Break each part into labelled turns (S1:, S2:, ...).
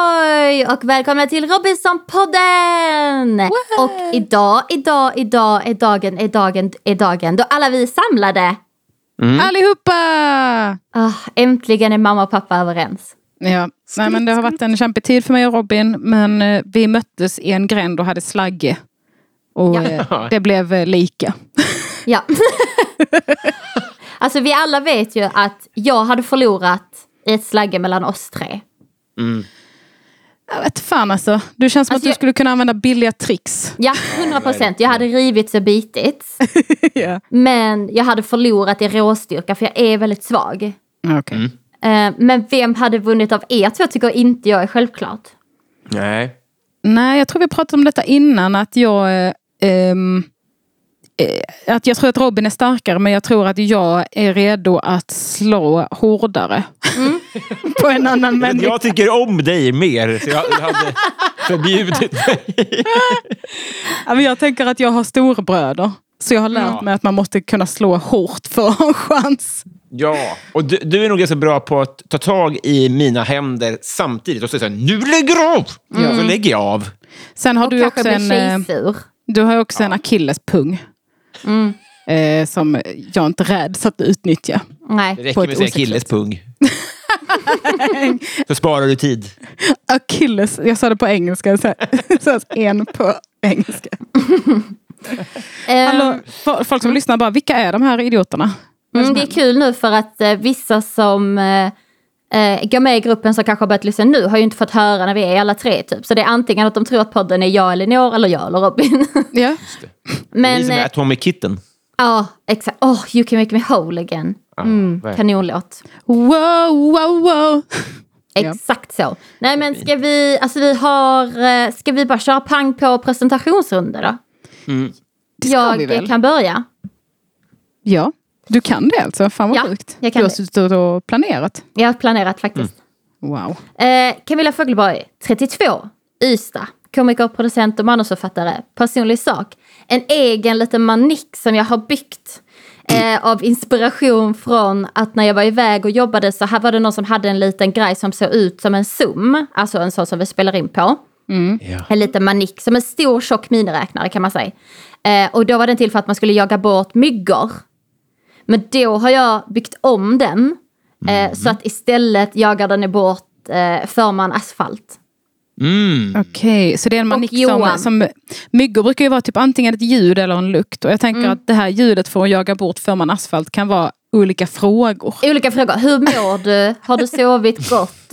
S1: Hej och välkomna till Robinsonpodden! Och idag, idag, idag är dagen, är dagen, är dagen då alla vi är samlade. Mm.
S2: Allihopa!
S1: Ah, äntligen är mamma och pappa överens.
S2: Ja. Nej, men det har varit en kämpig tid för mig och Robin. Men eh, vi möttes i en gränd och hade slagge. Och eh, det blev eh, lika.
S1: Ja. alltså vi alla vet ju att jag hade förlorat i ett slagge mellan oss tre.
S2: Jag vet fan alltså. Du känns som
S1: Alltså,
S2: att du
S1: jag-
S2: skulle kunna använda billiga tricks.
S1: Ja, 100 procent. Jag hade rivits och bitits.
S2: ja.
S1: Men jag hade förlorat i råstyrka för jag är väldigt svag.
S2: Okej.
S1: Eh, Men vem hade vunnit av er två tycker inte jag är självklart.
S3: Nej.
S2: Nej, jag tror vi pratade om detta innan. Att jag... eh, ehm, eh, att jag tror att Robin är starkare men jag tror att jag är redo att slå hårdare.
S1: Mm.
S2: på en annan människa.
S3: Jag tycker om dig mer, så jag jag hade förbjudit dig.
S2: Ja, men jag tänker att jag har storbröder. Så jag har lärt mig att man måste kunna slå hårt för att ha en chans.
S3: Ja, och du, du är nog ganska bra på att ta tag i mina händer samtidigt och säga så här, nu lägger du av! Och så lägger jag av.
S2: Sen har
S1: Och
S2: du
S1: kanske
S2: också,
S1: blir
S2: en, eh,
S1: tjejsur.
S2: du har ju också en akillespung.
S1: Mm.
S2: Eh, som jag inte räds att utnyttja.
S3: Det
S1: Nej.
S3: räcker
S2: På
S3: med
S2: ett
S3: att säga
S2: osexigt
S3: killes pung. så sparar du tid.
S2: Achilles, jag sa det på engelska. Så här, så här, en på engelska.
S1: Eh,
S2: Hallå, fo- folk som lyssnar bara, vilka är de här idioterna?
S1: Mm, det är kul nu för att eh, vissa som eh, eh, går med i gruppen som kanske har börjat lyssna nu har ju inte fått höra när vi är alla tre. Typ. Så det är antingen att de tror att podden är jag eller Nor eller jag eller Robin.
S2: Ja.
S3: Men,
S1: Men
S3: som är
S1: eh,
S3: Atomic Kitten.
S1: ja, exakt. Oh, you can make me whole again. Mm,
S3: verkligen.
S1: kanonlåt.
S2: Wow, wow, wow. Ja.
S1: Exakt så. Nej men ska vi, alltså vi har, eh, ska vi bara köra pang på presentationsrunda då?
S2: Det ska vi
S1: Jag
S2: väl?
S1: eh, kan börja.
S2: Ja, du kan det alltså. Fan vad
S1: Ja,
S2: sjukt.
S1: jag kan
S2: du har
S1: det.
S2: suttit och planerat.
S1: Jag har planerat faktiskt.
S2: Wow.
S1: Eh, Camilla Fogelborg, 32, Ystad. Komiker, producent och manusförfattare. Personlig sak. En egen liten manik som jag har byggt. Eh, av inspiration från att när jag var iväg och jobbade så här var det någon som hade en liten grej som såg ut som en zoom. Alltså en sån som vi spelar in på.
S3: Mm.
S1: En liten manik, som en stor tjock miniräknare kan man säga. Eh, och då var den till för att man skulle jaga bort myggor. Men då har jag byggt om den. Eh,
S2: Mm.
S1: Så att istället jagar den bort eh, för man asfalt.
S2: Okej, så det är en manik som,
S1: Johan.
S2: som... Myggor brukar ju vara typ antingen ett ljud eller en lukt. Och jag tänker
S1: Mm.
S2: att det här ljudet för att jaga bort för man asfalt kan vara olika frågor.
S1: Olika frågor. Hur mår du? Har du sovit gott?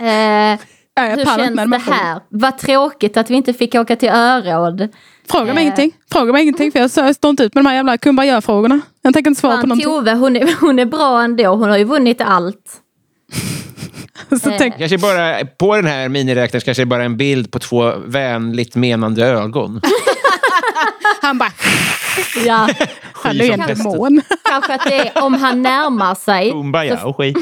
S1: Eh,
S2: Ja, jag
S1: hur
S2: pallar
S1: känns
S2: inte med de
S1: det
S2: här frågorna.
S1: här? Vad tråkigt att vi inte fick åka till Öråd.
S2: Fråga
S1: Eh.
S2: mig ingenting. Fråga mig ingenting för jag så- jag står inte ut med de här jävla kumbaya-frågorna. Jag tänker inte svara på
S1: Fan,
S2: någonting.
S1: Tove, hon är, hon är bra ändå. Hon har ju vunnit allt.
S2: Så tänk,
S1: eh.
S3: Kanske bara, på den här miniräknaren kanske det är bara en bild på två vänligt menande ögon.
S2: han bara,
S1: Ja.
S2: han är
S3: som
S2: en
S3: pesten.
S2: demon.
S1: Kanske att det är om han närmar
S2: Oh
S1: sig.
S3: Kumbaya och skit.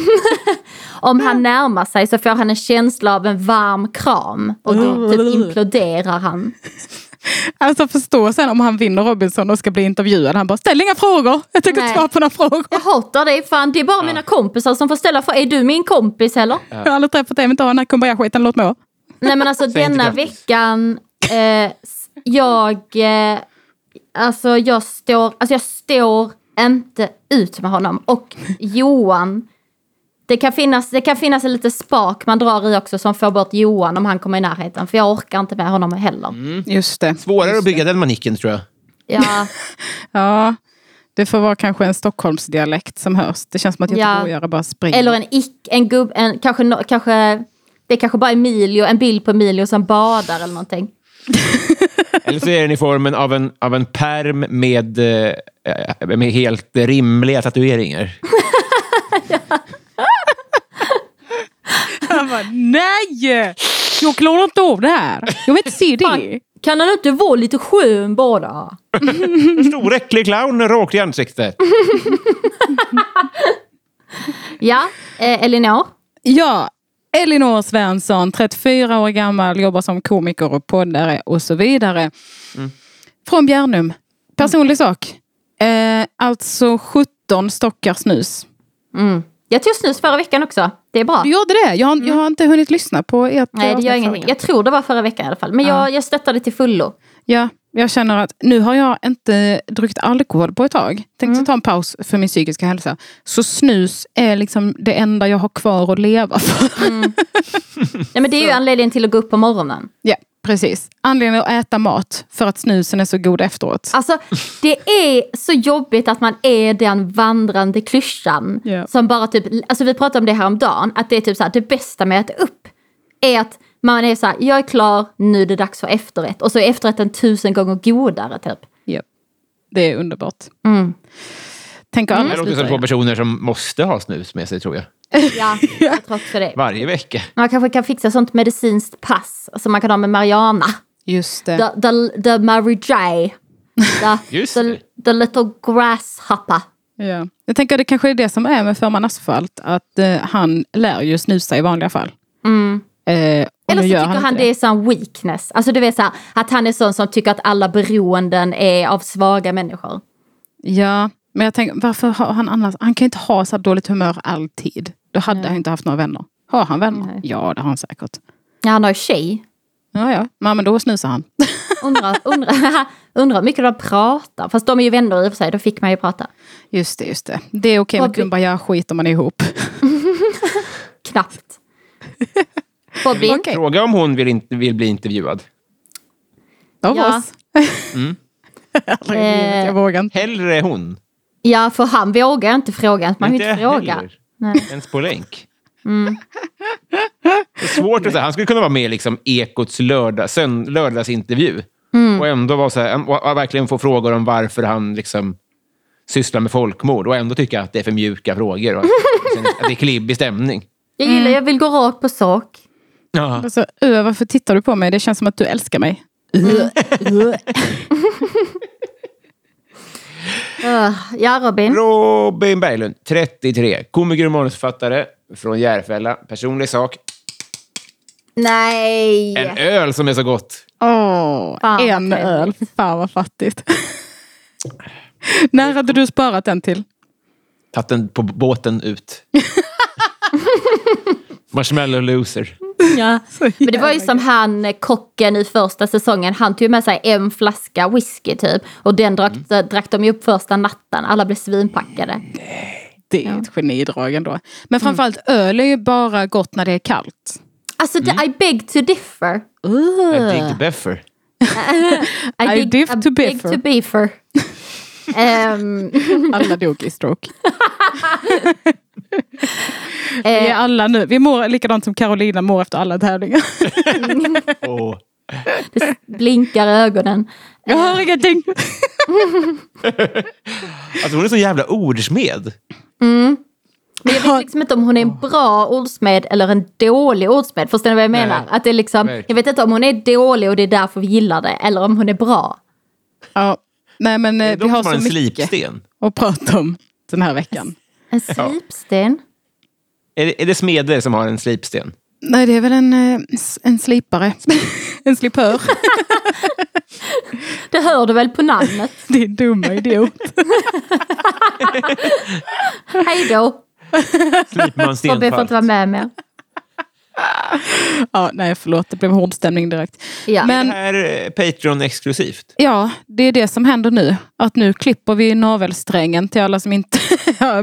S1: Om han närmar sig så får han en känsla av en varm kram. Och
S3: Mm.
S1: då typ imploderar han.
S2: Alltså förstå sen om han vinner Robinson och ska bli intervjuad. Han bara, ställ inga frågor. Jag tänker inte
S1: Nej.
S2: svara på några frågor.
S1: Jag hatar dig fan, det är bara mina kompisar som får ställa frågor. Är du min kompis eller?
S2: Jag har aldrig träffat dig, jag vill inte ha den här kumbaya-skiten, låt mig vara.
S1: Nej men alltså
S3: Säg inte
S1: denna
S3: grattis.
S1: veckan, eh, s- jag, eh, alltså jag står, alltså jag står inte ut med honom. Och Johan, det kan finnas, det kan finnas en liten spak man drar i också som får bort Johan om han kommer i närheten. För jag orkar inte med honom heller.
S3: Mm.
S2: Just det.
S3: Svårare att bygga den manicken tror jag.
S1: Ja,
S2: Ja, det får vara kanske en Stockholmsdialekt som hörs. Det känns som att
S1: Ja.
S2: göteborgare bara springer.
S1: eller en ick, en gubb, en, kanske, nå- kanske, det är kanske bara Emilio, en bild på Emilio som badar eller någonting.
S3: Eller så är den i formen av en, av en perm med, eh, med helt rimliga tatueringar.
S2: Han bara, nej! Jag klarar inte av det här. Jag vill inte se det.
S1: Kan han inte vara lite skön bara?
S3: Stor äcklig clown rakt i ansiktet.
S1: Ja, eh, Elinor.
S2: Ja, Elinor Svensson, 34 år gammal, jobbar som komiker och poddare och så vidare. Från Bjärnum. Personlig sak. Eh, alltså 17 stockar snus.
S1: Jag tog snus förra veckan också. Det är bra.
S2: Du gjorde det? Jag har, jag har inte hunnit lyssna på ert
S1: Mm. Nej, det
S2: avsnitt
S1: gör
S2: förra
S1: ingenting.
S2: veckan.
S1: Jag tror det var förra veckan i alla fall. Men jag, jag stöttar det till fullo.
S2: Ja, jag känner att nu har jag inte druckit alkohol på ett tag. Tänkte
S1: Mm.
S2: ta en paus för min psykiska hälsa. Så snus är liksom det enda jag har kvar att leva för.
S1: Mm. Nej, men det är ju anledningen till att gå upp på morgonen.
S2: ja, precis. Anledningen att äta mat för att snusen är så god efteråt.
S1: Alltså, det är så jobbigt att man är den vandrande klyschan.
S2: Ja.
S1: Som bara typ, alltså vi pratade om det här om dagen, att det är typ så här, det bästa med att äta upp är att man är så här, jag är klar, nu är det dags för efterrätt. Och så är efterrätten tusen gånger godare typ.
S2: Ja. Det är underbart.
S1: Mm.
S2: Tänker alla
S3: Det låter
S2: sluta
S3: som två
S2: göra.
S3: personer som måste ha snus med sig, tror jag.
S1: Ja, jag tror också det.
S3: Varje vecka.
S1: Man kanske kan fixa sånt medicinskt pass som man kan ha med Mariana.
S2: Just det.
S1: The, the, the Mary J. The,
S3: Just
S1: the,
S3: det.
S1: the little grasshopper.
S2: Ja. Jag tänker att det kanske är det som är med Förman Asfalt, att eh, han lär ju snusa i vanliga fall. Eh, och
S1: Mm. Eller
S2: nu
S1: så
S2: gör
S1: tycker han,
S2: inte
S1: det är sån weakness. Alltså du vet så här, att han är sån som tycker att alla beroenden är av svaga människor.
S2: Ja, men jag tänker, varför har han annars... Han kan ju inte ha så här dåligt humör alltid. Då hade han inte haft några vänner. Har han vänner? Ja, det har han säkert.
S1: Ja, han har ju tjej.
S2: Ja, ja. Men, men då snusar han.
S1: Undrar, undrar, undrar hur mycket de pratar. Fast de är ju vänner i och för sig, då fick man ju prata.
S2: Just det, just det. Det är okej
S1: Vad
S2: med
S1: blir-
S2: kumbaya-skit om man är ihop.
S1: Knappt. Bobby,
S2: Okej.
S3: Fråga om hon vill, inte, vill bli intervjuad.
S2: Av
S1: Ja.
S2: oss. Herregud,
S1: Eh.
S2: jag vågar inte.
S3: Hellre hon.
S1: ja för han vågar inte fråga. Man vill
S3: Inte
S1: inte fråga.
S3: heller. Ens på länk. Det är svårt att säga. Han skulle kunna vara med i liksom Ekots lördag, sön, lördagsintervju. Och ändå vara så här, och, och verkligen få frågor om varför han liksom sysslar med folkmord. Och ändå tycka att det är för mjuka frågor. Och, och sen, att det är klibbig stämning.
S1: Jag gillar, jag vill gå rakt på sak.
S3: Ja.
S2: Alltså, uh, varför tittar du på mig? Det känns som att du älskar mig.
S1: Öh, ja, Robin.
S3: Robin Berglund, 33. Komiker och manusförfattare från Järfälla. Personlig sak.
S1: Nej!
S3: En öl som är så gott.
S2: Åh,
S1: Fan, vad
S2: en
S1: trevligt.
S2: öl. Fan vad fattigt. När hade du sparat den till?
S3: Tagit den på båten ut. Marshmallow loser.
S1: Ja. Men det var ju som han eh, kocken i första säsongen. Han tog med sig en flaska whisky typ. Och den
S2: Mm.
S1: drack, eh, drack de ju upp första natten. Alla blev svinpackade.
S2: Det är ett genidrag ändå. Men framförallt öl är ju bara gott när det är kallt.
S1: Alltså det,
S2: Mm.
S1: I beg to differ.
S2: Uh.
S3: I dig beffer.
S2: I diff to biffer.
S1: to biffer. Ehm,
S2: Alla dog i stroke.
S1: eh,
S2: Vi är alla nu. Vi mår likadant som Carolina mår efter alla tävlingar.
S3: Åh.
S1: blinkar i ögonen.
S2: Jag hör ingenting.
S3: Alltså hon är så jävla ordsmed.
S1: Men jag vet liksom inte om hon är en bra ordsmed eller en dålig ordsmed. Förstår ni vad jag menar?
S3: Nej.
S1: Att det är liksom, jag
S3: Verkligen.
S1: vet inte om hon är dålig och det är därför vi gillar det. Eller om hon är bra.
S2: Ja, nej men eh,
S3: De
S2: vi har
S3: som har
S2: så
S3: en
S2: mycket
S3: slipsten.
S2: att prata om den här veckan.
S1: En slipsten.
S3: Är det, är det smeder som har en slipsten?
S2: Nej, det är väl en, eh, s- en slipare. En slipör.
S1: Det hör du väl på namnet?
S2: Din dumma idiot.
S1: Hej då!
S3: Slipar man
S1: Bobby får inte vara
S3: stenfalt?
S1: med mer.
S2: Ja, nej förlåt, det blev hård stämning direkt.
S1: Ja.
S3: Det
S2: Men
S3: här är Patreon-exklusivt.
S2: ja, det är det som händer nu. Att nu klipper vi navelsträngen till alla som inte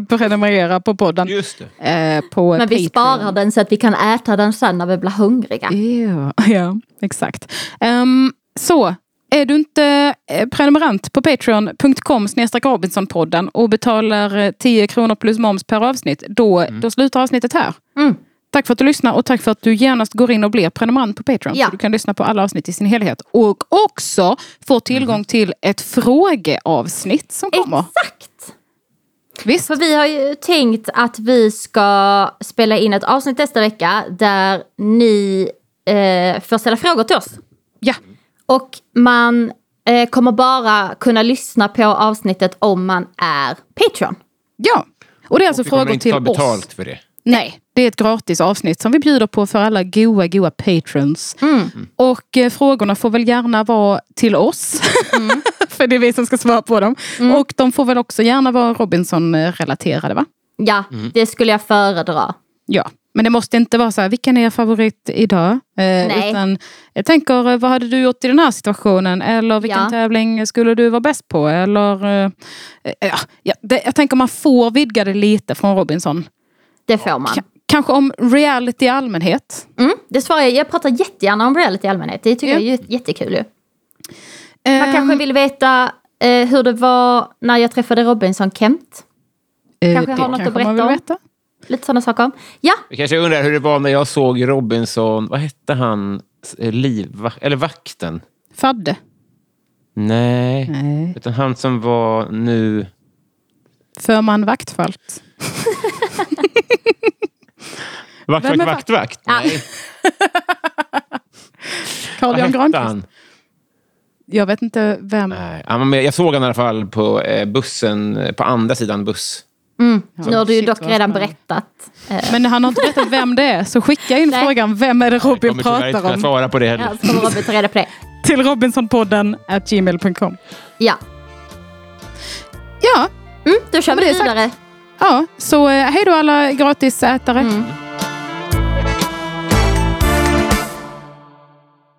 S2: prenumererar på podden.
S3: Just det.
S2: Eh, på
S1: Men vi sparar den så att vi kan äta den sen när vi blir hungriga.
S2: Ja, ja exakt. Ehm, så, är du inte eh, prenumerant på patreon.com Robinsonpodden och betalar eh, 10 kronor plus moms per avsnitt, då,
S3: Mm.
S2: då slutar avsnittet här.
S1: Mm.
S2: Tack för att du lyssnar och tack för att du genast går in och blir prenumerant på Patreon.
S1: Ja.
S2: Så du kan lyssna på alla avsnitt i sin helhet. Och också få tillgång
S3: Mm.
S2: till ett frågeavsnitt som kommer.
S1: Exakt!
S2: Visst?
S1: För vi har ju tänkt att vi ska spela in ett avsnitt nästa vecka där ni eh, får ställa frågor till oss.
S2: Ja.
S1: Och man eh, kommer bara kunna lyssna på avsnittet om man är Patreon.
S2: ja. Och det är alltså
S3: Vi kommer
S2: frågor
S3: inte
S2: till
S3: ta betalt
S2: oss.
S3: för det.
S2: Nej, det är ett gratis avsnitt som vi bjuder på för alla goa, goa patrons.
S1: Mm.
S2: Och eh, frågorna får väl gärna vara till oss.
S1: Mm.
S2: för det är vi som ska svara på dem. Och de får väl också gärna vara Robinson-relaterade va?
S1: Ja, det skulle jag föredra.
S2: Ja, men det måste inte vara så här, vilken är er favorit idag? Eh,
S1: Nej.
S2: Utan jag tänker, eh, vad hade du gjort i den här situationen? Eller vilken
S1: Ja.
S2: tävling skulle du vara bäst på? Eller, eh, eh, ja, ja, det, jag tänker man får vidga det lite från Robinson.
S1: Det får man.
S2: Ka- kanske om reality i allmänhet.
S1: Mm, det svarar jag. Jag pratar jättegärna om reality i allmänhet. Det tycker
S2: Ja.
S1: jag är ju jättekul ju. Man
S2: Ehm,
S1: kanske vill veta eh, hur det var när jag träffade Robinson Kent.
S2: eh,
S1: kanske
S2: det
S1: har något att
S2: man
S1: berätta
S2: vill
S1: om. Lite sådana saker. Ja,
S3: Jag kanske undrar hur det var när jag såg Robinson, vad hette han, Eh, livvak- eller vakten?
S2: Fadde.
S3: Nej.
S2: Nej.
S3: Utan han som var nu...
S2: Förman Vaktfalt.
S3: Vakt,
S2: Vem
S3: vakt,
S2: är
S3: vakt, vakt? Nej,
S2: Carl
S3: vad
S2: Jan
S3: hette
S2: Granqvist.
S3: han?
S2: Jag vet inte vem.
S3: Nej. ja, men Jag såg han i alla fall på eh, bussen, eh, på andra sidan buss.
S1: nu har du ju
S2: Mm. Shit,
S1: dock
S2: vad
S1: redan
S2: spännande.
S1: berättat. Eh,
S2: Men han har inte berättat vem det är. Så skicka in
S1: Nej.
S2: frågan, vem är det Robin
S3: kommer tyvärr inte
S2: pratar
S3: kunna
S2: om?
S3: svara på det heller.
S1: ja, så kommer Robin ta reda på det.
S2: Till Robinsonpodden at gmail.com.
S1: Ja,
S2: Ja,
S1: mm, då kör
S2: Men
S1: vi
S2: det är sagt.
S1: vidare.
S2: ja, så eh, hej då alla gratisätare.
S1: Mm.